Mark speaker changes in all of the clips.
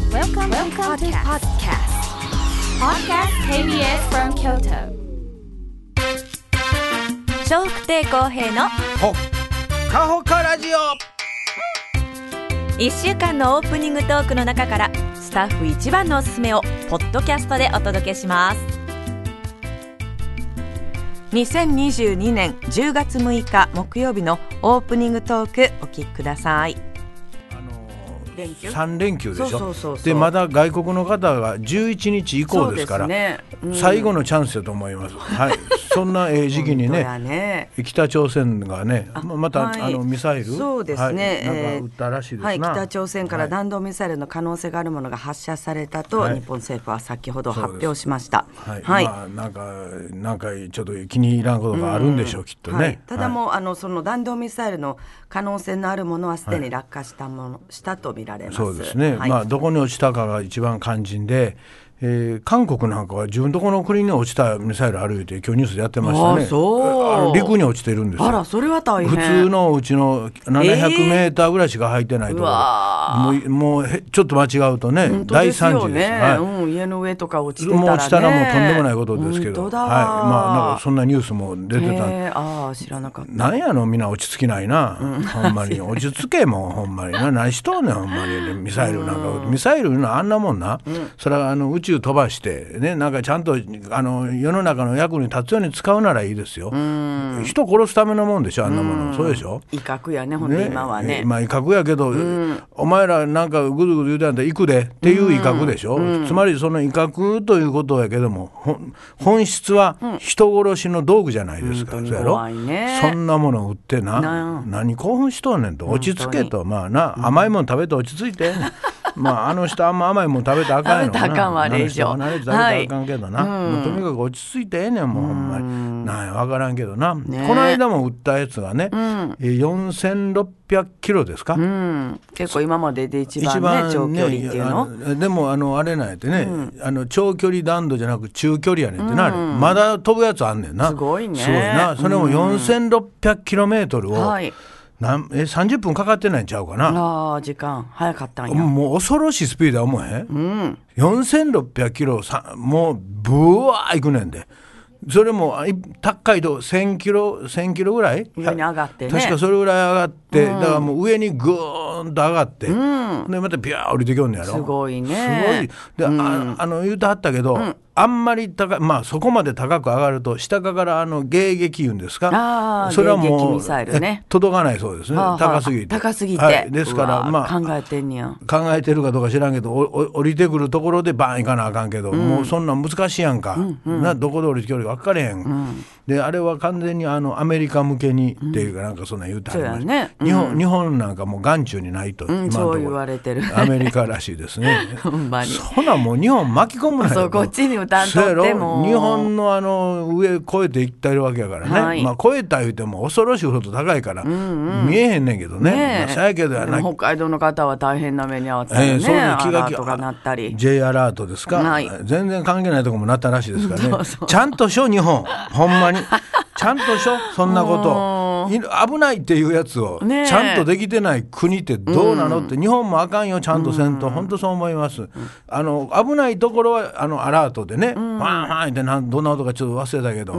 Speaker 1: Welcome to
Speaker 2: Welcome, to podcast.
Speaker 1: Podcast KBS from Kyoto.
Speaker 2: 笑福亭公平の
Speaker 3: ほっかほかラジオ
Speaker 2: 1週間のオープニングトークの中からスタッフ一番のおすすめをポッドキャストでお届けします
Speaker 4: 2022年10月6日木曜日のオープニングトークお聞きください。
Speaker 3: あのー
Speaker 4: 連休
Speaker 3: 三連休でしょ
Speaker 4: そうそうそうそう
Speaker 3: でまだ外国の方が11日以降ですから
Speaker 4: そうねうん
Speaker 3: 最後のチャンスだと思い ます、はいそんなえー時期に
Speaker 4: 本当
Speaker 3: ね
Speaker 4: だね
Speaker 3: 北朝鮮がねままた、
Speaker 4: はい
Speaker 3: あのミサイル
Speaker 4: そうですね、
Speaker 3: はいなん
Speaker 4: えー
Speaker 3: か撃ったらしいですな、
Speaker 4: はい、北朝鮮から
Speaker 3: はい
Speaker 4: 弾道ミサイルの可能性があるものが発射されたと、
Speaker 3: はい
Speaker 4: 日本政府は先ほど発
Speaker 3: そう
Speaker 4: 表しました。
Speaker 3: はいまあ、なんかなんかちょっと気に入らんことがあるんでしょう、きっとね、
Speaker 4: はい、ただ
Speaker 3: はい
Speaker 4: もう、あのその弾道ミサイルの可能性のあるものはすでに落下したもの、したと見られます。
Speaker 3: そうですね、
Speaker 4: はい
Speaker 3: まあどこに落ちたかが一番肝心で、えー韓国なんかは自分とこの国に落ちたミサイルあるって今日ニュースでやってましたね
Speaker 4: あーそう
Speaker 3: あの陸に落ちてるんですよ
Speaker 4: あらそれは大変。
Speaker 3: 普通のうちの700メーターぐらいしか入ってないとこ
Speaker 4: う
Speaker 3: ろ、
Speaker 4: わ
Speaker 3: もうもうへちょっと間違うとね
Speaker 4: 本当
Speaker 3: 大
Speaker 4: です
Speaker 3: 惨
Speaker 4: よ
Speaker 3: 事
Speaker 4: ね
Speaker 3: です、はい
Speaker 4: うん、家の上とか落ちてたら、ね、
Speaker 3: もうしたらもうとんでもないことですけど、
Speaker 4: 本当
Speaker 3: はい、
Speaker 4: だ
Speaker 3: ま
Speaker 4: わ
Speaker 3: あなんかそんなニュースも出てたんで
Speaker 4: えー、ああ知らなかった
Speaker 3: なんやのみんな落ち着きないな、ほんま に落ち着けもうほんまにな何しとんねんほんまにミサイルなんか、ミサイルいうのはあんなもんな、それはあの宇宙飛ばしてねなんかちゃんとあの世の中の役に立つように使うならいいですよ、人殺すためのもんでしょあんなもの、そうでしょ
Speaker 4: 威嚇やねほんと今はね
Speaker 3: まあ威嚇やけど、お前らなんかぐずぐず言うてあんたら行くでっていう威嚇でしょ、つまりその威嚇ということやけどもほん本質は人殺しの道具じゃないですから、
Speaker 4: 本当に
Speaker 3: そうやろ
Speaker 4: 怖いね
Speaker 3: そんなもの売ってな
Speaker 4: な
Speaker 3: 何興奮しとんねんと落ち着けとまあな甘いもん食べて落ち着い て。まあ、あの人あんま甘いもん食べたらあかんよな。
Speaker 4: 食べたらあかんわあれ以上
Speaker 3: あの人離れて食べたらあかんけどな、もうとにかく落ち着いてええねんもうほんまになんや分からんけどな、この間も売ったやつがね、え4600キロですか、
Speaker 4: うん結構今までで一番ね長距離っていうの
Speaker 3: あでもあのあれなんやってね、あの長距離弾道じゃなく中距離やねんってな、あれまだ飛ぶやつあんねんな
Speaker 4: すごいね
Speaker 3: すごいなそれも4600キロメートルを、
Speaker 4: はい
Speaker 3: なんえ30分かかってないんちゃうかな、
Speaker 4: ああ時間早かったんや
Speaker 3: もう恐ろしいスピードは思えへん、4600キロさもうブワー行くねんでそれもあい高いと1000キロ1000キロぐらい
Speaker 4: 上に上がってね
Speaker 3: 確かそれぐらい上がって、だからもう上にグーンと上がって、でまたビャー降りてきよんのやろ
Speaker 4: すごい
Speaker 3: す
Speaker 4: ね
Speaker 3: ごいで、ああの言うてはったけど、あんまり高いまあそこまで高く上がると下からあの迎撃言うんです
Speaker 4: あ
Speaker 3: か
Speaker 4: ー
Speaker 3: それはも
Speaker 4: 迎撃
Speaker 3: う
Speaker 4: ミサイルね
Speaker 3: え届かないそうですね
Speaker 4: はあはあ
Speaker 3: 高すぎて
Speaker 4: 高すぎて、
Speaker 3: はい、ですか
Speaker 4: う
Speaker 3: ら
Speaker 4: わ
Speaker 3: まあ
Speaker 4: 考えてんねや
Speaker 3: 考えてるかどうか知らんけどおお降りてくるところでバーン行かなあかんけど、もうそんなん難しいやんか、などこで降りてくるか分かれへん、であれは完全にあのアメリカ向けにっていうかなんかそんなん言うてはりました、
Speaker 4: そうやねうん
Speaker 3: 日本日本なんかもう眼中にないと、
Speaker 4: う
Speaker 3: 今
Speaker 4: ん
Speaker 3: のとこ
Speaker 4: そう
Speaker 3: ろ
Speaker 4: 言われてる
Speaker 3: アメリカらしいです ね
Speaker 4: ほんまに
Speaker 3: そんなんもう日本巻き込むなよ
Speaker 4: そうこっちに歌んとっても
Speaker 3: そうやろ日本のあの上越えていってるわけやからね、
Speaker 4: はい
Speaker 3: まあ越えた言うても恐ろしいほど高いから、見えへんねんけどね
Speaker 4: ね
Speaker 3: まあ、さやけどや
Speaker 4: で
Speaker 3: な
Speaker 4: も北海道の方は大変な目に遭った
Speaker 3: え
Speaker 4: り
Speaker 3: え
Speaker 4: ね、
Speaker 3: そういう気
Speaker 4: ア
Speaker 3: が
Speaker 4: ラ
Speaker 3: 気
Speaker 4: ートが鳴ったり
Speaker 3: J アラートですか、
Speaker 4: はい
Speaker 3: 全然関係ないとこもなったらしいですからね
Speaker 4: そうそう
Speaker 3: ちゃんとしょ日本ほんまにちゃんとしょそんなことい危ないっていうやつを
Speaker 4: ねえ
Speaker 3: ちゃんとできてない国ってどうなのって日本もあかんよちゃんとせんと本当そう思いますあの危ないところはあのアラートでねファンファンってなんどんな音かちょっと忘れたけど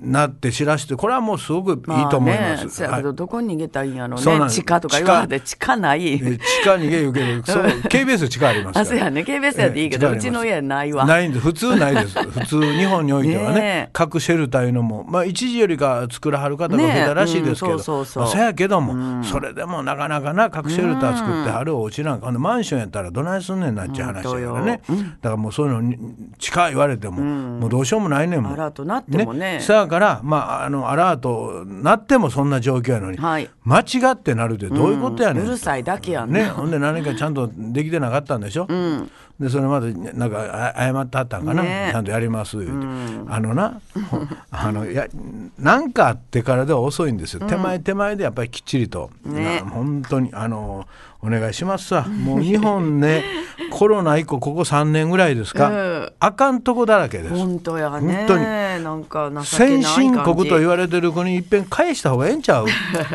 Speaker 3: なって知らしてこれはもうすごくいいと思いま
Speaker 4: あね、
Speaker 3: す
Speaker 4: そや
Speaker 3: は
Speaker 4: け
Speaker 3: い
Speaker 4: どどこに逃げたらいいんやろう
Speaker 3: そう
Speaker 4: ね
Speaker 3: なんです
Speaker 4: 地下とか言われて地下ない
Speaker 3: え地下逃げようけど そう KBS 地下ありますから
Speaker 4: あそうやね KBS やでいいけ
Speaker 3: え
Speaker 4: ど
Speaker 3: え
Speaker 4: うちの家ないわ
Speaker 3: ないんです普通ない です普通日本においては
Speaker 4: ね
Speaker 3: ね
Speaker 4: え
Speaker 3: 各シェルターいうのもまあ一時よりか作らはる方が増えたらしいですけど
Speaker 4: ねえうんそうそうそう
Speaker 3: まあせやけどもそれでもなかなかな各シェルター作ってはるお家なんかほんでマンションやったらどないすんねんなっちゅう話やからねだからもうそういうのに近い言われてももうどうしようもないねんもん
Speaker 4: アラートなってもね
Speaker 3: さやからまああのアラートなってもそんな状況やのに
Speaker 4: はい
Speaker 3: 間違ってなるってどういうことやねん
Speaker 4: うるさいだけやん
Speaker 3: ね、
Speaker 4: ね
Speaker 3: ほんで何かちゃんとできてなかったんでしょ、でそれまでなんかあ謝ってはったんかな、
Speaker 4: ね
Speaker 3: ちゃんとやります言うて、あのなあのやなんかあってからでは遅いんですよ、手前手前でやっぱりきっちりと、
Speaker 4: ね
Speaker 3: な本当にあのお願いしますさもう日本ねコロナ以降ここ3年ぐらいですか、
Speaker 4: うん
Speaker 3: あかんとこだらけです
Speaker 4: 本当や
Speaker 3: 本
Speaker 4: ね
Speaker 3: 当に
Speaker 4: なんか情けな
Speaker 3: 先
Speaker 4: い感じ
Speaker 3: 進国と言われてる国いっぺん返した方がええんち ゃう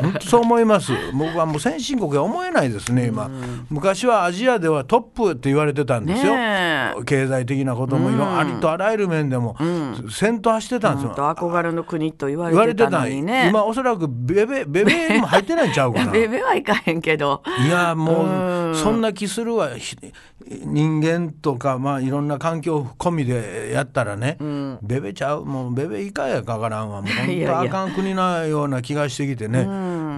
Speaker 3: 本当そう思います僕はもう先進国は思えないですね今、昔はアジアではトップって言われてたんですよ、
Speaker 4: ねえ
Speaker 3: 経済的なこともいろ、ありとあらゆる面でも、先頭走ってたんです
Speaker 4: 本
Speaker 3: よ
Speaker 4: 当憧れの国と言わ
Speaker 3: 言わ
Speaker 4: れ
Speaker 3: れ
Speaker 4: て
Speaker 3: て
Speaker 4: たの
Speaker 3: た
Speaker 4: にね
Speaker 3: 今おそらくベベベベにも入ってないんちゃうかな
Speaker 4: ベベはいかへんけど
Speaker 3: いやもうそんな気するわひ人間とかまあいろんな環境込みでやったらね、ベベちゃうもうベベ以下やかからん わもう本
Speaker 4: い
Speaker 3: 当
Speaker 4: やいや
Speaker 3: あかん国なような気がしてきてね、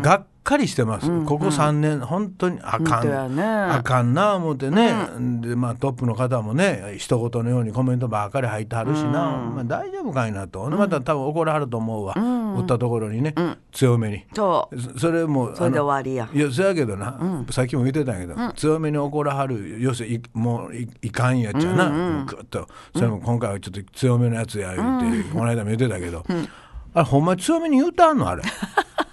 Speaker 3: がっかりしてます、ここ3年本当にあか
Speaker 4: 本当
Speaker 3: ん、
Speaker 4: やね
Speaker 3: あかんな思ってね、でまあトップの方もね一言のようにコメントばっかり入ってはるしな、まあ、大丈夫かいなと、ほんでまた多分怒らはると思うわ、打ったところにね、強めに。
Speaker 4: そう
Speaker 3: そそれも
Speaker 4: それで
Speaker 3: あの
Speaker 4: 終わりや
Speaker 3: いやそやけどな、さっきも言ってたんやけど、強めに怒らはる要するにいもういいかんやっちゃな、もうグッとそれも今回はちょっと強めのやつや言って、この間も言ってたけど、あれほんまに強めに言うたんのあれ。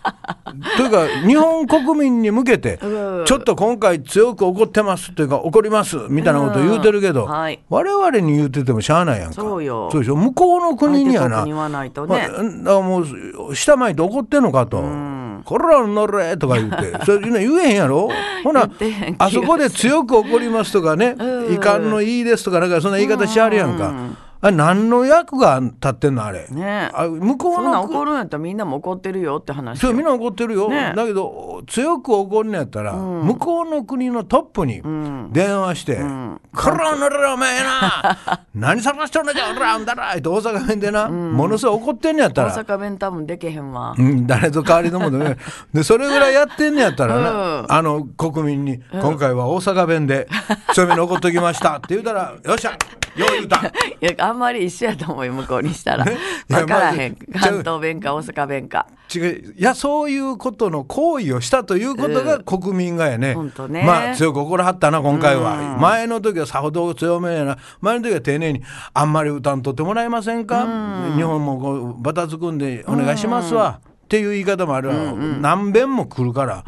Speaker 3: というか日本国民に向けて、ちょっと今回強く怒ってますというか怒りますみたいなこと言うてるけど、
Speaker 4: うんはい
Speaker 3: 我々に言うててもしゃあないやんか
Speaker 4: そうよ
Speaker 3: でしょ向こうの国には
Speaker 4: 相手
Speaker 3: な
Speaker 4: 国に言わないと
Speaker 3: ま
Speaker 4: ね
Speaker 3: あ、だからもう下前で怒ってんのかと「こら乗れ」とか言 ってそれ言うの言えへんやろほな
Speaker 4: 言ってへん気が
Speaker 3: あ
Speaker 4: する
Speaker 3: そこで強く怒りますとかね「遺憾のいいです」とかなんかそんな言い方しはるやんかあれ何の役が立ってんのあれ
Speaker 4: ね
Speaker 3: あ向こ
Speaker 4: そん
Speaker 3: う
Speaker 4: な
Speaker 3: の
Speaker 4: ん怒るんやったらみんなも怒ってるよって話
Speaker 3: そう
Speaker 4: よ
Speaker 3: みんな怒ってるよ、
Speaker 4: ね
Speaker 3: だけど強く怒るんやったら、向こうの国のトップに電話して「こら乗れおめえ な何探してんのじゃおらあんだら」って大阪弁でな、ものすごい怒ってんのやった
Speaker 4: 大
Speaker 3: ら
Speaker 4: 阪弁多分できへんわ
Speaker 3: うん、誰と代わりのもんでもないでそれぐらいやってんねやったらな、あの国民に、今回は大阪弁で強めに怒っときました」って言うたら「よっしゃよう言うた」
Speaker 4: いやあんまり一緒やと思うよ向こうにしたら
Speaker 3: いや
Speaker 4: 分からへん
Speaker 3: まあちょ
Speaker 4: 関東弁か大阪弁か
Speaker 3: 違ういやそういうことの行為をしたということが国民がやね,、
Speaker 4: ほんとね
Speaker 3: まあ強く怒らはったな今回は、前の時はさほど強めやな前の時は丁寧に「あんまり歌んとってもらえませんか、日本もこうバタつくんでお願いしますわ」っていう言い方もあるわ、何遍も来るから。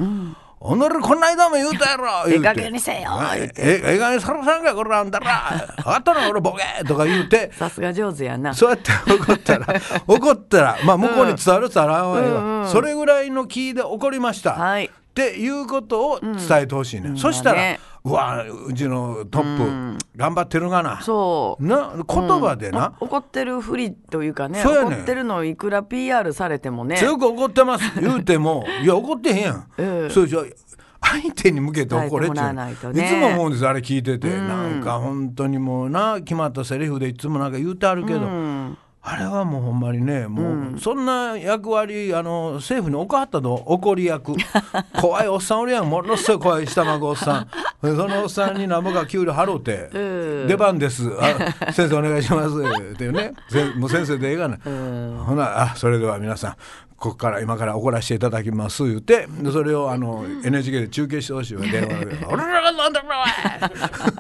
Speaker 3: おのれこないだも言うたや ろ言うて
Speaker 4: ええ加減にせよ言う
Speaker 3: ええええ加減にさらさんかこらあんた ら分かったの俺ボケとか言うて
Speaker 4: さすが上手やな
Speaker 3: そうやって怒った ら怒ったらまあ向こうに伝わる伝わらんわよ、それぐらいの気で怒りました、
Speaker 4: はい
Speaker 3: っていうことを伝えてほしいね、そしたら、
Speaker 4: まあね
Speaker 3: うわうちのトップ、頑張ってるがな
Speaker 4: そう
Speaker 3: な言葉でな、
Speaker 4: 怒ってるふりというかね
Speaker 3: そうやねん
Speaker 4: 怒ってるのをいくら PR されてもね
Speaker 3: 強く怒ってます言うて もいや怒ってへんやん、
Speaker 4: うん
Speaker 3: そうでしょ相手に向けて怒れって
Speaker 4: 伝えてもらわないと
Speaker 3: うい
Speaker 4: ね
Speaker 3: つも思うんですあれ聞いてて、なんか本当にもうな決まったセリフでいつもなんか言うてあるけど、あれはもうほんまにねもうそんな役割あの政府に怒ったと怒り役 怖いおっさんおるやんものすごい怖い下孫おっ さんでそのおっさんになんぼか給料払うて「出番ですあ先生お願いします」っていうねせもう先生でええがな、ほなあそれでは皆さんここから今から怒らせていただきます言うてでそれをあの NHK で中継してほしいわ電話で 「俺らがなんだろおい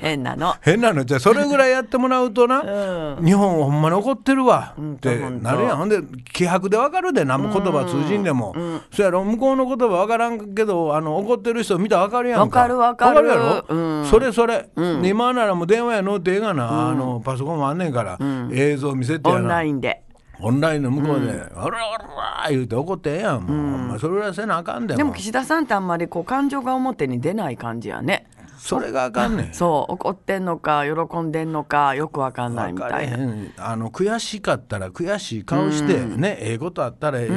Speaker 4: 変なの
Speaker 3: 変なのじゃあそれぐらいやってもらうとな、日本ほんまに怒ってるわっ
Speaker 4: と
Speaker 3: て
Speaker 4: ほんと
Speaker 3: なるやんほんで気迫でわかるで何も言葉通じんでも、そやろ向こうの言葉わからんけどあの怒ってる人見たらわかるやんか
Speaker 4: わかるわかる
Speaker 3: やろ、
Speaker 4: うん
Speaker 3: それそれ、で今ならもう電話やのってええがな、あのパソコンもあんねんから、映像見せてや
Speaker 4: オ
Speaker 3: な
Speaker 4: ンラインで
Speaker 3: オンラインの向こうで「おらおら」言うて怒ってええやんもう、まあそれぐらいせなあかんで
Speaker 4: でも岸田さんってあんまりこう感情が表に出ない感じやね
Speaker 3: それがあかんねん
Speaker 4: そう怒ってんのか喜んでんのかよくわかんないみ
Speaker 3: わ
Speaker 4: た
Speaker 3: かれ
Speaker 4: い
Speaker 3: へ
Speaker 4: なん
Speaker 3: あの悔しかったら悔しい顔してね、ええことあったら、ね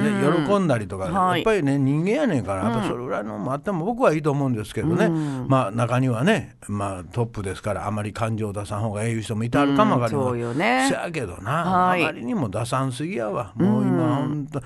Speaker 3: 喜んだりとか、
Speaker 4: はい
Speaker 3: やっぱりね人間やねんからやっぱそれぐらいのもあっても僕はいいと思うんですけどね、まあ中にはね、まあ、トップですからあまり感情を出さん方がええいう人もいてあるかもわかりま
Speaker 4: う
Speaker 3: せん
Speaker 4: んそうよね
Speaker 3: せやけどな、
Speaker 4: はい
Speaker 3: あまりにも出さんすぎやわもう今ほんと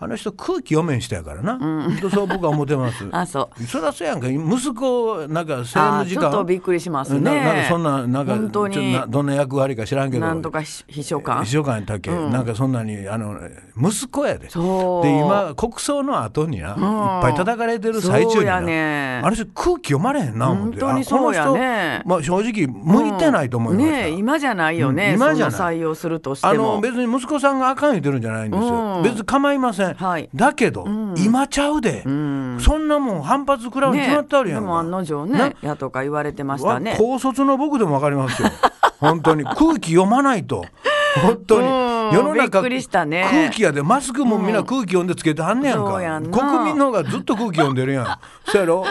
Speaker 3: あの人空気読めん人やからな、ほんとそう僕は思ってます
Speaker 4: 。あそう
Speaker 3: そらそうやんか息子をなんか青の
Speaker 4: あ
Speaker 3: 時
Speaker 4: ち
Speaker 3: 間
Speaker 4: ょっとびっくりしますね。
Speaker 3: ななんかそんななんか
Speaker 4: 本当
Speaker 3: ちょ
Speaker 4: に
Speaker 3: などんな役割か知らんけど
Speaker 4: なんとかひ秘書官
Speaker 3: 秘。書官やったっけ、なんかそんなにあの息子やで
Speaker 4: そう
Speaker 3: で今国葬の後にな、いっぱい叩かれてる最中にな
Speaker 4: そうやね
Speaker 3: あれ空気読まれへんな思って
Speaker 4: 本
Speaker 3: あ
Speaker 4: 当に
Speaker 3: この人
Speaker 4: そうやね
Speaker 3: まあ、正直向いてないと思いました、
Speaker 4: ねえ今じゃないよね。
Speaker 3: うん
Speaker 4: 今
Speaker 3: 今
Speaker 4: じ
Speaker 3: じ
Speaker 4: ゃ
Speaker 3: ゃない
Speaker 4: 採用するとし
Speaker 3: あ
Speaker 4: て
Speaker 3: の
Speaker 4: も。
Speaker 3: 別に息子さんがあかん言ってるんじゃないんですよ、
Speaker 4: うん
Speaker 3: 別に構いません、
Speaker 4: はい
Speaker 3: だけど、今ちゃうで、そんなもん反発食らうに決まってある
Speaker 4: ねえ
Speaker 3: や
Speaker 4: で
Speaker 3: ん
Speaker 4: も
Speaker 3: か、
Speaker 4: 案の定ね
Speaker 3: な
Speaker 4: やとか言われてましたね。
Speaker 3: 高卒の僕でも分かりますよ 本当に空気読まないと本当に
Speaker 4: うん
Speaker 3: 世の中
Speaker 4: びっくりしたね
Speaker 3: 空気やでマスクもみんな空気読んでつけてはんねやん
Speaker 4: そう
Speaker 3: か、
Speaker 4: やんな
Speaker 3: 国民の方がずっと空気読んでるやんそやろ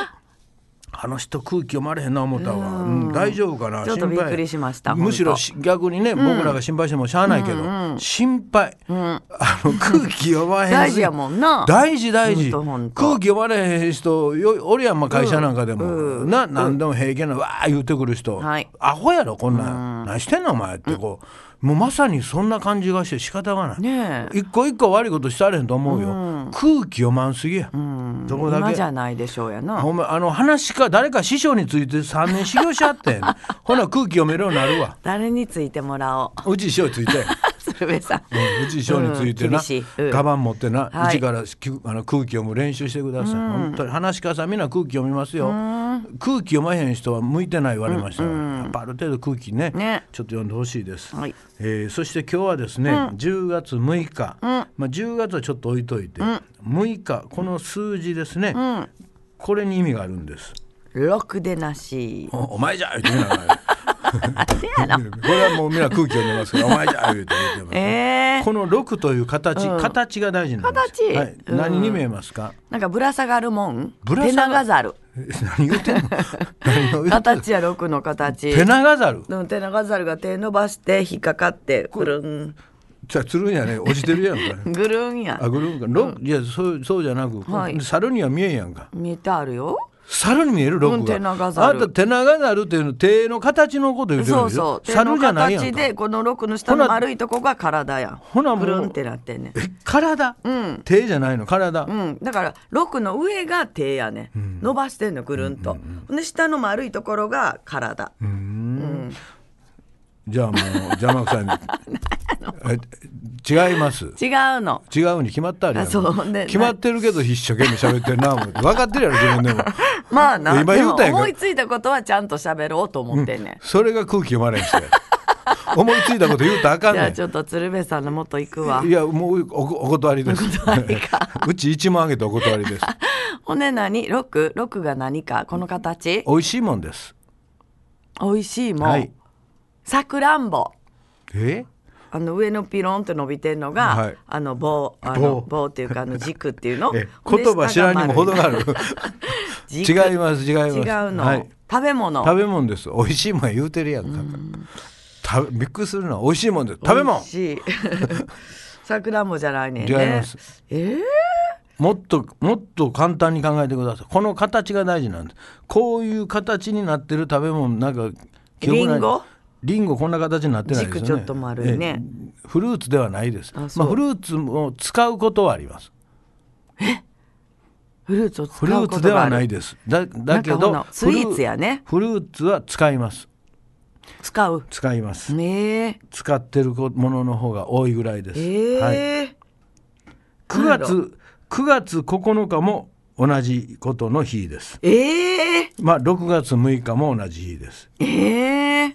Speaker 3: あの人空気読まれへんな思ったわ、うん大丈夫かな
Speaker 4: ちょっとびっくりしました
Speaker 3: 心配むしろ
Speaker 4: 本当
Speaker 3: し逆にね、僕らが心配してもしゃあないけど、心配、あの空気読まへん
Speaker 4: 大事やもんな
Speaker 3: 大事大事
Speaker 4: ほんとほんと
Speaker 3: 空気読まれへん人よおるやんまあ会社なんかでも、
Speaker 4: うんうん
Speaker 3: な何でも平気なわあ言ってくる人、
Speaker 4: はい
Speaker 3: アホやろこんなん、何してんのお前ってこう、もうまさにそんな感じがして仕方がない、
Speaker 4: ねえ
Speaker 3: 一個一個悪いことしたれへんと思うよ、空気読まんすぎや、そこだ
Speaker 4: 今
Speaker 3: け
Speaker 4: じゃないでしょうやな。
Speaker 3: ほんまあの話か誰か師匠について3年修行しはって んほな空気読めるようになるわ
Speaker 4: 誰についてもらおう。
Speaker 3: うち師匠について
Speaker 4: 鶴瓶さん。
Speaker 3: うんうち師匠についてな、
Speaker 4: うん厳しいうん
Speaker 3: カバン持ってな、
Speaker 4: はいう
Speaker 3: ちからきあの空気読む練習してください、本当に話し家さんみんな空気読みますよ、空気読まへん人は向いてない言われましたから、やっぱある程度空気ね
Speaker 4: ね
Speaker 3: ちょっと読んでほしいです、
Speaker 4: はい
Speaker 3: えーそして今日はですね、10月6日、まあ、10月はちょっと置いといて、6日この数字ですね、これに意味があるんです
Speaker 4: ろくでなし。
Speaker 3: おお前じゃ言うてみな がらこれはもうみんな空気読んでますからお前じゃ言うて言うてます、
Speaker 4: ええ
Speaker 3: この六という形、形が大事なんです。
Speaker 4: 形
Speaker 3: はい、
Speaker 4: うん
Speaker 3: 何に見えますか。
Speaker 4: なんかぶら下がるもん。
Speaker 3: ぶら
Speaker 4: 手
Speaker 3: 下が
Speaker 4: 長ざる。
Speaker 3: え何言ってんの。何を言ってんの
Speaker 4: 形や六の形。
Speaker 3: ペナガザル。
Speaker 4: うん手長ざるが手伸ばして引っかかってくるん
Speaker 3: じゃあつるんやね、落ちてるや んか。
Speaker 4: ぐるんや
Speaker 3: あ、ぐるんか、ろ、いや、そう、そうじゃなく、
Speaker 4: はい
Speaker 3: 猿には見えんやんか。
Speaker 4: 見えてあるよ
Speaker 3: 猿に見える六
Speaker 4: うん
Speaker 3: が。
Speaker 4: 手長ザル
Speaker 3: あんた手長ザルっていうの、手の形のこと言ってるん
Speaker 4: そう
Speaker 3: ですよ
Speaker 4: そ。う手の
Speaker 3: 猿じゃないやん
Speaker 4: 形
Speaker 3: か。
Speaker 4: でこの六の下の
Speaker 3: ほな
Speaker 4: 丸いとこが体や
Speaker 3: ほなもう
Speaker 4: ぐるんってなってんねん
Speaker 3: え、体。手じゃないの、体。
Speaker 4: うん、だから六の上が手やね、ん、伸ばしてんのぐるんと、で下の丸いところが体、
Speaker 3: じゃあ、もう邪魔く さいね。え違います。
Speaker 4: 違うの
Speaker 3: 違うに決まったあるやん
Speaker 4: あそうね
Speaker 3: 決まってるけど一生懸命喋ってるな思って分かってるやろ自分でも
Speaker 4: まあな
Speaker 3: 今言うた
Speaker 4: で
Speaker 3: やん
Speaker 4: も
Speaker 3: か
Speaker 4: 思いついたことはちゃんと喋ろうと思ってんねん、
Speaker 3: それが空気読まれんして思いついたこと言うたらあかん
Speaker 4: じ
Speaker 3: ねん
Speaker 4: ゃあちょっと鶴瓶さんのもと行くわ
Speaker 3: いやもうおお断りです うち一万あげてお断りです
Speaker 4: 骨何六六が何かこの形
Speaker 3: 美味しいもんです
Speaker 4: 美味しいもん、
Speaker 3: はい
Speaker 4: さくらんぼ
Speaker 3: え
Speaker 4: あの上のピロンと伸びてんのが、
Speaker 3: はい
Speaker 4: あの棒あの棒
Speaker 3: 棒
Speaker 4: っていうかあの軸っていう の
Speaker 3: え言葉知らんにも程がある違
Speaker 4: 違
Speaker 3: います違います
Speaker 4: 違うの、
Speaker 3: はい、
Speaker 4: 食べ物
Speaker 3: 食べ物です美味しいもん言うてるやんかたびっくりするのは美味しいもんです食べ
Speaker 4: 美
Speaker 3: 物
Speaker 4: 味しい さくらんぼじゃないねんね
Speaker 3: 違います
Speaker 4: えー
Speaker 3: もっともっと簡単に考えてくださいこの形が大事なんですこういう形になってる食べ物なんか記憶ない
Speaker 4: リンゴ
Speaker 3: リンゴこんな形になってないですよね
Speaker 4: 軸ちょっと丸いね
Speaker 3: ええフルーツではないです
Speaker 4: あそ
Speaker 3: ま
Speaker 4: う
Speaker 3: あフルーツも使うことはあります
Speaker 4: フルーツを使
Speaker 3: フル
Speaker 4: う
Speaker 3: ー
Speaker 4: こ
Speaker 3: ツ
Speaker 4: と
Speaker 3: で
Speaker 4: があ
Speaker 3: は
Speaker 4: る
Speaker 3: ないですだだけ
Speaker 4: なんかほ
Speaker 3: ど
Speaker 4: なスイーツやね
Speaker 3: フルフルーツは使います
Speaker 4: 使う
Speaker 3: 使います
Speaker 4: ね
Speaker 3: 使ってるものの方が多いぐらいで
Speaker 4: え
Speaker 3: す、
Speaker 4: え
Speaker 3: はい
Speaker 4: ー
Speaker 3: 9月9月9日も同じことの日です
Speaker 4: えー
Speaker 3: まあ6月6日も同じ日です
Speaker 4: えー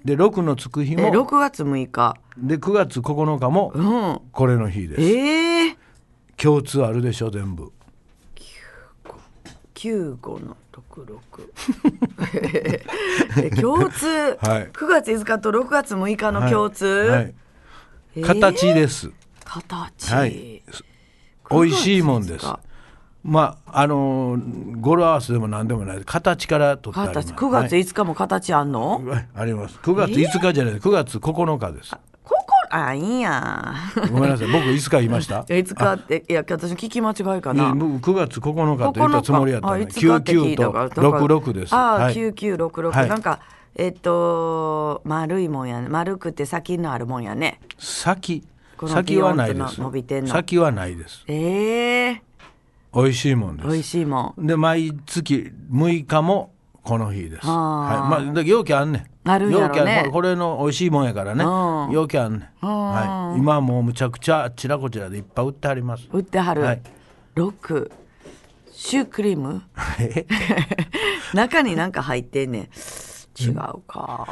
Speaker 3: で6のつく日
Speaker 4: え
Speaker 3: も
Speaker 4: 6月6日
Speaker 3: で9月9日も
Speaker 4: うん
Speaker 3: これの日です、
Speaker 4: ええ
Speaker 3: 共通あるでしょ全部
Speaker 4: 九五の六六。 え共通
Speaker 3: はい。
Speaker 4: 九、月5日と六月6日の共通。
Speaker 3: はい
Speaker 4: えー
Speaker 3: 形です、
Speaker 4: 形。
Speaker 3: はい
Speaker 4: 9
Speaker 3: 美味しいもんです
Speaker 4: 月5日
Speaker 3: まああのー語呂合わせでも何でもない形から取ってあります
Speaker 4: 形九月5日も形あんの？
Speaker 3: はいはいあります9月5日じゃない、9月9日です
Speaker 4: ここあいいや。
Speaker 3: ごめんなさい僕いつか言いました
Speaker 4: えいつかっていや私の聞き間違いか
Speaker 3: いや
Speaker 4: な。
Speaker 3: 僕9月9日と言ったつもりやったのに
Speaker 4: 9日あいつかって聞
Speaker 3: 99
Speaker 4: いた
Speaker 3: と
Speaker 4: からだから
Speaker 3: 66です
Speaker 4: あ
Speaker 3: は
Speaker 4: あ
Speaker 3: い
Speaker 4: 九九六六
Speaker 3: はい
Speaker 4: なんかえっと丸いもんやね丸くて先のあるもんやね。
Speaker 3: 先
Speaker 4: この
Speaker 3: 先はない
Speaker 4: ビ
Speaker 3: で
Speaker 4: ヨンと
Speaker 3: す
Speaker 4: 伸びてんの
Speaker 3: 先はないです
Speaker 4: ええ
Speaker 3: 美味しいもんです
Speaker 4: 美味しいもん。
Speaker 3: で毎月6日もこの日です。
Speaker 4: あー
Speaker 3: はい、まあ、だ容器あんねん。
Speaker 4: あるんやろね
Speaker 3: 容器あんこれこれの美味しいもんやからね。
Speaker 4: うん
Speaker 3: 容器あんねん。
Speaker 4: ん
Speaker 3: はい、今はもうむちゃくちゃあちらこちらでいっぱい売ってあります。
Speaker 4: 売ってはる、
Speaker 3: はい
Speaker 4: 6シュークリーム
Speaker 3: え
Speaker 4: 中になんか入ってんねん違うかあ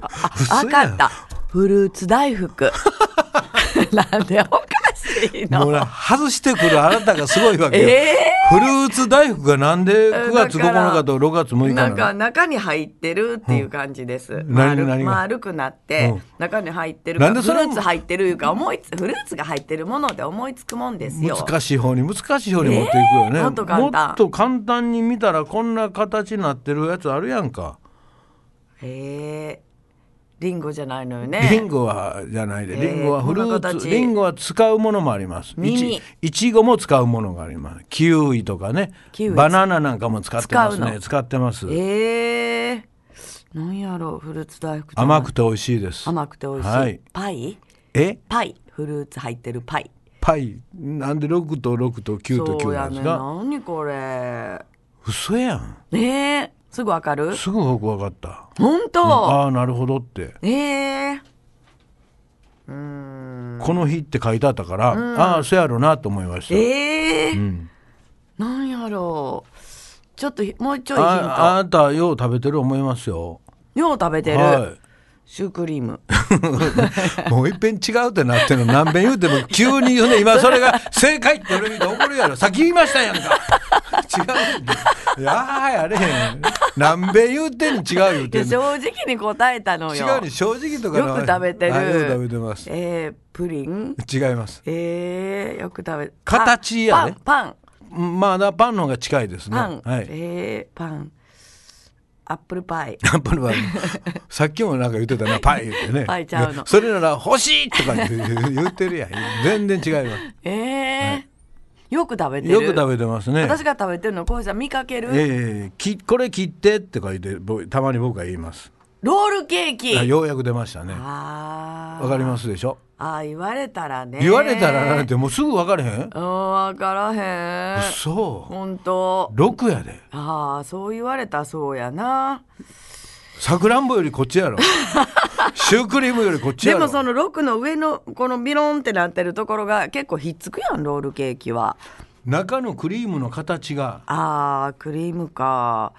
Speaker 4: あ
Speaker 3: 嘘
Speaker 4: 分か
Speaker 3: やん
Speaker 4: ったフルーツ 大福なんでおかしい
Speaker 3: もう
Speaker 4: の
Speaker 3: な外してくるあなたがすごいわけよ。
Speaker 4: え
Speaker 3: フルーツ大福がなんで9月
Speaker 4: だから
Speaker 3: 9日と6月6日
Speaker 4: な
Speaker 3: なんの
Speaker 4: か中に入ってるっていう感じです。
Speaker 3: 何
Speaker 4: 丸
Speaker 3: 何が
Speaker 4: 丸くなって、
Speaker 3: うん
Speaker 4: 中に入ってるから
Speaker 3: なんでそれ
Speaker 4: フルーツ入ってるいうか思いつフルーツが入ってるもので思いつくもんですよ。
Speaker 3: 難しい方に難しい方に持っていくよね、
Speaker 4: えーもっと簡単
Speaker 3: もっと簡単に見たらこんな形になってるやつあるやんか、
Speaker 4: えー、リンゴじゃないのよ
Speaker 3: リン
Speaker 4: ね。
Speaker 3: ゴはじゃないで
Speaker 4: えー
Speaker 3: リンゴはフル
Speaker 4: こんな
Speaker 3: ーツ、
Speaker 4: 形
Speaker 3: リンゴは使うものもありますい
Speaker 4: 耳
Speaker 3: ちいちごも使うものがありますキウイとかね
Speaker 4: キウイ
Speaker 3: バナナなんかも使ってます
Speaker 4: 使うの
Speaker 3: ね使ってます、
Speaker 4: ええー、なんやろうフルーツ大福じゃない
Speaker 3: 甘くて美味しいです
Speaker 4: 甘くて美味しい。
Speaker 3: はい
Speaker 4: パイ
Speaker 3: え
Speaker 4: パイフルーツ入ってるパイ。
Speaker 3: パイなんで6と6と9と
Speaker 4: そ
Speaker 3: 9
Speaker 4: う
Speaker 3: な
Speaker 4: や
Speaker 3: んで
Speaker 4: ね。
Speaker 3: すが
Speaker 4: 何これ。
Speaker 3: 嘘やん
Speaker 4: えー、すぐわかる？
Speaker 3: すぐよくわかった
Speaker 4: 本当。
Speaker 3: ああなるほどって
Speaker 4: ええー。
Speaker 3: この日って書いてあったから、ああそうやろうなと思いました、
Speaker 4: ええー
Speaker 3: ん
Speaker 4: なんやろうちょっとひもうちょいヒン
Speaker 3: あ
Speaker 4: ト
Speaker 3: あなたよう食べてる思いますよ。
Speaker 4: よう食べてる、
Speaker 3: は
Speaker 4: シュークリ ー
Speaker 3: い、
Speaker 4: ム
Speaker 3: もう一遍違うってなってるの何遍言うても急に言うね今それが正解って俺見て怒るやろ先言いましたやんか違うんだいやあやれへん何遍言うてんに違う言う
Speaker 4: い
Speaker 3: て
Speaker 4: や
Speaker 3: んの
Speaker 4: 正直に答えたの
Speaker 3: 違
Speaker 4: よ
Speaker 3: うに正直とか
Speaker 4: よ
Speaker 3: の
Speaker 4: く食べてる
Speaker 3: あよく食べてます
Speaker 4: えー、プリン
Speaker 3: 違います
Speaker 4: えー、よく食べ
Speaker 3: 形やね
Speaker 4: パン
Speaker 3: まだパンの方が近いですね
Speaker 4: パンパン、
Speaker 3: はい
Speaker 4: えー、パンアップルパイ
Speaker 3: アップルパイさっきもなんか言ってた なパイ言ってね
Speaker 4: パイちゃうの
Speaker 3: それなら欲しいとか言う言ってるやん全然違います
Speaker 4: えーよく食べてる
Speaker 3: よく食べてますね。
Speaker 4: 私が食べてるのこうさん見かける、
Speaker 3: ええきこれ切ってって書いてぼたまに僕は言います。
Speaker 4: ロールケーキ
Speaker 3: あようやく出ましたね。
Speaker 4: あー
Speaker 3: わかりますでしょ。
Speaker 4: あー言われたらね
Speaker 3: 言われたらなんてもうすぐわかれへん。
Speaker 4: うん分からへん
Speaker 3: そう。
Speaker 4: 本当
Speaker 3: 六やで。
Speaker 4: ああそう言われたらそうやな
Speaker 3: さくらんぼよりこっち やろ。シュークリームよりこっちや
Speaker 4: で
Speaker 3: ろ。
Speaker 4: もその6の上のこのビロンってなってるところが結構ひっつくやんロールケーキは
Speaker 3: 中のクリームの形が。
Speaker 4: あークリームか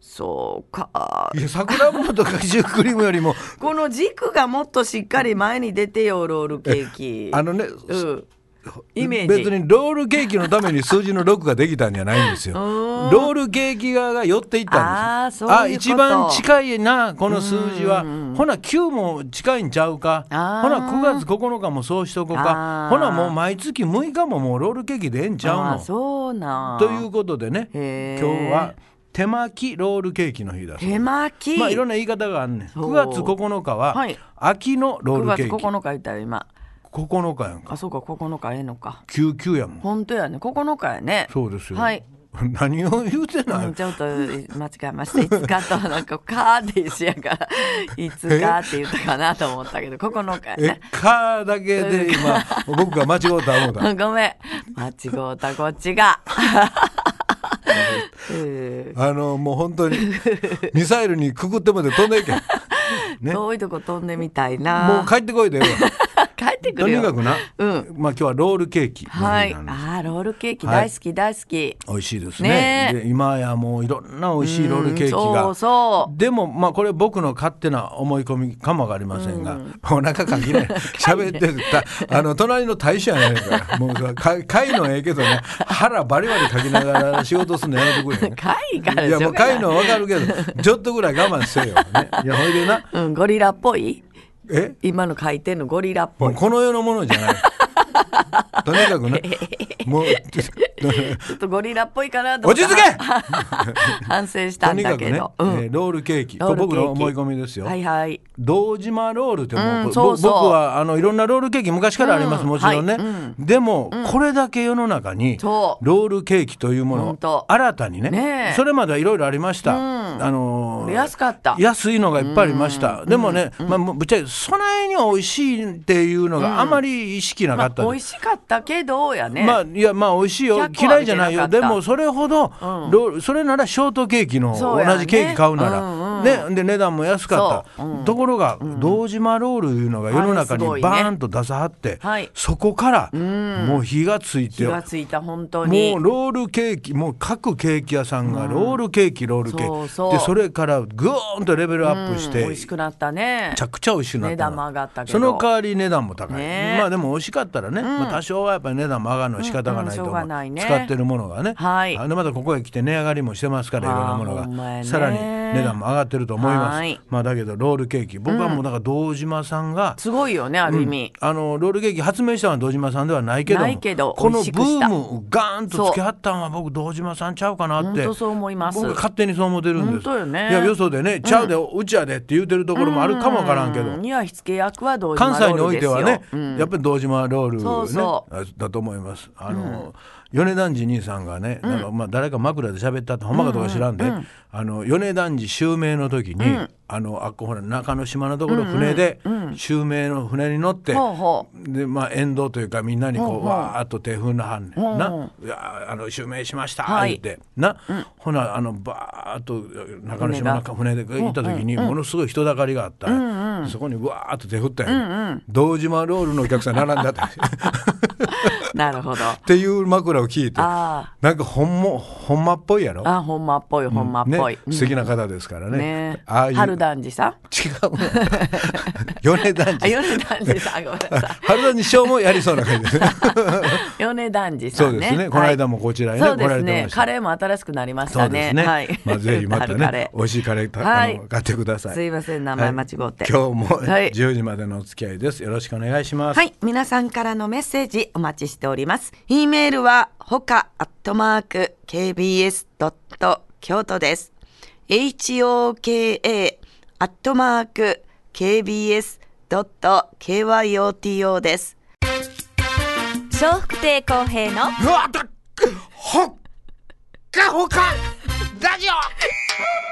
Speaker 4: そうか
Speaker 3: いやさくらんぼとかシュークリームよりも
Speaker 4: この軸がもっとしっかり前に出てよロールケーキ
Speaker 3: あのね。
Speaker 4: うんイメージ
Speaker 3: 別にロールケーキのために数字の6ができたんじゃないんですよ。ロールケーキ側が寄っていったんですよ。
Speaker 4: あーそういうこと
Speaker 3: 一番近いなこの数字は。ほな9も近いんちゃうか。ほ
Speaker 4: あー
Speaker 3: な9月9日もそうしとこう
Speaker 4: あ
Speaker 3: か。
Speaker 4: ー
Speaker 3: ほなもう毎月6日ももうロールケーキでええんちゃ
Speaker 4: あ
Speaker 3: う
Speaker 4: ー
Speaker 3: の。
Speaker 4: そうなん
Speaker 3: ということでね
Speaker 4: へ
Speaker 3: 今
Speaker 4: ー
Speaker 3: 日は手巻きロールケーキの日だそうで
Speaker 4: 手
Speaker 3: す。
Speaker 4: 巻き、
Speaker 3: まあいろんな言い方があんねん。
Speaker 4: そ
Speaker 3: 9
Speaker 4: う
Speaker 3: 月9日は
Speaker 4: はい
Speaker 3: 秋のロ
Speaker 4: 9
Speaker 3: ール
Speaker 4: 月
Speaker 3: ケーキ。
Speaker 4: 9日言ったよ今
Speaker 3: 9日やんか。
Speaker 4: あそうか9日ええのか
Speaker 3: 99やもん。
Speaker 4: 本当やね9日やね
Speaker 3: そうですよ。
Speaker 4: はい。
Speaker 3: 何を言うてない
Speaker 4: うんちょっと間違えました。いつかとなんかカーって一緒やから、いつかって言ったかなと思ったけど、ここのか
Speaker 3: え
Speaker 4: ね。
Speaker 3: かだけで今 僕が間違うとは思うた。
Speaker 4: ごめん。間違うたこっちが。うん
Speaker 3: あのもう本当にミサイルにくくってまで飛んでい け。もね
Speaker 4: 遠いとこ飛んでみたいな。
Speaker 3: う帰ってこいでええわ
Speaker 4: 帰ってく
Speaker 3: と
Speaker 4: る
Speaker 3: に
Speaker 4: よ。
Speaker 3: かくな。
Speaker 4: うん
Speaker 3: まあ今日はロールケーキの日
Speaker 4: はい。
Speaker 3: なんです。
Speaker 4: ああ、ロールケーキ
Speaker 3: はい
Speaker 4: 大好き大好き。
Speaker 3: 美味しいです
Speaker 4: ね
Speaker 3: ね
Speaker 4: え
Speaker 3: で今やもういろんな美味しいロールケーキが、
Speaker 4: うんそうそ
Speaker 3: でもまあこれ僕の勝手な思い込みかもわかりませんが、お腹か きね喋ってたあの隣の大将やないからもうさかかいのええけどね腹バリバリかきながら仕事すんのやめてくれへん
Speaker 4: 貝から
Speaker 3: い
Speaker 4: しょ
Speaker 3: やもう
Speaker 4: がな
Speaker 3: かいのはわかるけどちょっとぐらい我慢せよ、ね、いやほいでな
Speaker 4: うん、ゴリラっぽい
Speaker 3: え
Speaker 4: 今の書いてんのゴリラっぽい
Speaker 3: もう。この世のものじゃないとにか くなもう
Speaker 4: ちょっとゴリラっぽいかなと思っ
Speaker 3: 落
Speaker 4: て
Speaker 3: ち着 け
Speaker 4: 反省し
Speaker 3: と
Speaker 4: たん
Speaker 3: にか
Speaker 4: だ
Speaker 3: く
Speaker 4: け
Speaker 3: ね、
Speaker 4: ど。
Speaker 3: え
Speaker 4: うん
Speaker 3: ーロールケーキ
Speaker 4: ロールケーキ
Speaker 3: これ僕の思い込みですよ、
Speaker 4: はいはい。
Speaker 3: 堂島ロールってもう、
Speaker 4: うん
Speaker 3: ぼ
Speaker 4: そうそう
Speaker 3: 僕はあのいろんなロールケーキ昔からあります、
Speaker 4: うん
Speaker 3: もちろんね、
Speaker 4: はい
Speaker 3: でも、これだけ世の中に
Speaker 4: そ
Speaker 3: ロ
Speaker 4: う
Speaker 3: ールケーキというも
Speaker 4: ほん
Speaker 3: の
Speaker 4: と
Speaker 3: を新たにね
Speaker 4: ねえ
Speaker 3: それまではいろいろありました、
Speaker 4: ん
Speaker 3: あのー
Speaker 4: 安かった
Speaker 3: 安いのがいっぱいありました、でもね、まあ、もうぶっちゃけ備えに美味しいっていうのがあまり意識なかっったで
Speaker 4: 美味しかったけどやね、
Speaker 3: まあいやまあ美味しいよ
Speaker 4: 100個は
Speaker 3: 嫌いじゃないよ
Speaker 4: 見て
Speaker 3: で
Speaker 4: なかった
Speaker 3: もそれほど、
Speaker 4: うん
Speaker 3: ロールそれならショートケーキの
Speaker 4: そうやね
Speaker 3: 同じケーキ買うなら
Speaker 4: うん
Speaker 3: ねで値段も安かった、
Speaker 4: そううん
Speaker 3: ところが堂島ロールいうのが世の中に
Speaker 4: あれすごいね
Speaker 3: バーンと出さはって、
Speaker 4: はい
Speaker 3: そこから
Speaker 4: ん
Speaker 3: もう火がついて
Speaker 4: 気がついた本当に
Speaker 3: もうロールケーキもう各ケーキ屋さんがロールケーキ、ロールケーキ
Speaker 4: そうそう
Speaker 3: でそれからグーンとレベルアップして、
Speaker 4: うん美味しくなったね
Speaker 3: めちゃくちゃ美味しくなったの
Speaker 4: 値段も上がったけど
Speaker 3: その代わり値段も高い、
Speaker 4: ねえ
Speaker 3: まあでも美味しかったらね、まあ、多少はやっぱり値段も上がるのは仕方がないと思う,、
Speaker 4: うんうんしょうがないね
Speaker 3: 使ってるものがね、
Speaker 4: はい
Speaker 3: あのまたここへ来て値上がりもしてますからい
Speaker 4: あー
Speaker 3: ろんなもの
Speaker 4: ほんまや
Speaker 3: が、
Speaker 4: ね
Speaker 3: さらに値段も上がってると思いま
Speaker 4: はい
Speaker 3: すまあだけどロールケーキ僕はもうだから堂島さんが、
Speaker 4: すごいよねある意味、
Speaker 3: あのロールケーキ発明したのは堂島さんではないけども
Speaker 4: ないけど
Speaker 3: この
Speaker 4: 美味
Speaker 3: ブ
Speaker 4: しくした
Speaker 3: ームをガーンとつけはったんは僕堂島さんちゃうかなっ
Speaker 4: 本
Speaker 3: て
Speaker 4: 当そう思います
Speaker 3: 僕は勝手にそう思ってるんです
Speaker 4: 本当よね
Speaker 3: いやよそでね「ちゃうで、うちやで」って言うてるところもあるかもわからんけど、
Speaker 4: には火付け役は同時
Speaker 3: 関西においてはね、
Speaker 4: うん、
Speaker 3: やっぱり堂島ロール、ね、
Speaker 4: そうそ
Speaker 3: だと思いますあの、米男児兄さんがね、なんかまあ誰か枕で喋ったってほんまかどうか知らんで、あの米男児襲名の時に、あのあっこほら中之島のところ船で、襲名の船に乗って、
Speaker 4: ほうほ
Speaker 3: でまあ沿道というかみんなにこう、わーっと手振らはんねん、
Speaker 4: うん
Speaker 3: な「いやあの襲名しました」
Speaker 4: はい
Speaker 3: 言って、な、ほなあのバーっと中之島の船で行った時にものすごい人だかりがあった、そこにわーっと手振ったよ、堂島ロールのお客さん並ん だってっ
Speaker 4: なるほど
Speaker 3: ていう枕を聞いて
Speaker 4: あ
Speaker 3: なんかほんもほんまっぽいやろ、
Speaker 4: あほんまっぽいほんまっ
Speaker 3: ね
Speaker 4: ぽい、うん
Speaker 3: 素敵な方ですからね
Speaker 4: ね
Speaker 3: ああいう
Speaker 4: 春団次さん
Speaker 3: 違うわ 米男
Speaker 4: あ
Speaker 3: 児
Speaker 4: 米団次さんごめんなさい
Speaker 3: 春団児賞もやりそうな感じですね
Speaker 4: 米団次さ
Speaker 3: そ
Speaker 4: ん
Speaker 3: う
Speaker 4: ね
Speaker 3: ですね、この間もこちら
Speaker 4: は
Speaker 3: へ
Speaker 4: い
Speaker 3: ね、
Speaker 4: そう
Speaker 3: 来
Speaker 4: で
Speaker 3: ら
Speaker 4: す
Speaker 3: れて
Speaker 4: ね
Speaker 3: ました
Speaker 4: カレーも新しくなりまし
Speaker 3: そ
Speaker 4: た
Speaker 3: うで
Speaker 4: ね
Speaker 3: すね。
Speaker 4: はい
Speaker 3: まあぜひまた
Speaker 4: 春カレ
Speaker 3: ね、
Speaker 4: ー
Speaker 3: 美味しいカレーた、
Speaker 4: はい
Speaker 3: あの買ってください。
Speaker 4: すいません名前間違っ
Speaker 3: は
Speaker 4: て
Speaker 3: い今日も
Speaker 4: はい
Speaker 3: 10時までのお付き合いです。よろしくお願いします。
Speaker 4: はい、皆さんからのメッセージお待ちしております。e メールはほかアットマーク kbs ドット京都です。h o k a アットマーク kbs ドット k y o t o です。
Speaker 2: 笑福亭公平の
Speaker 3: うわだほっかほかラジオ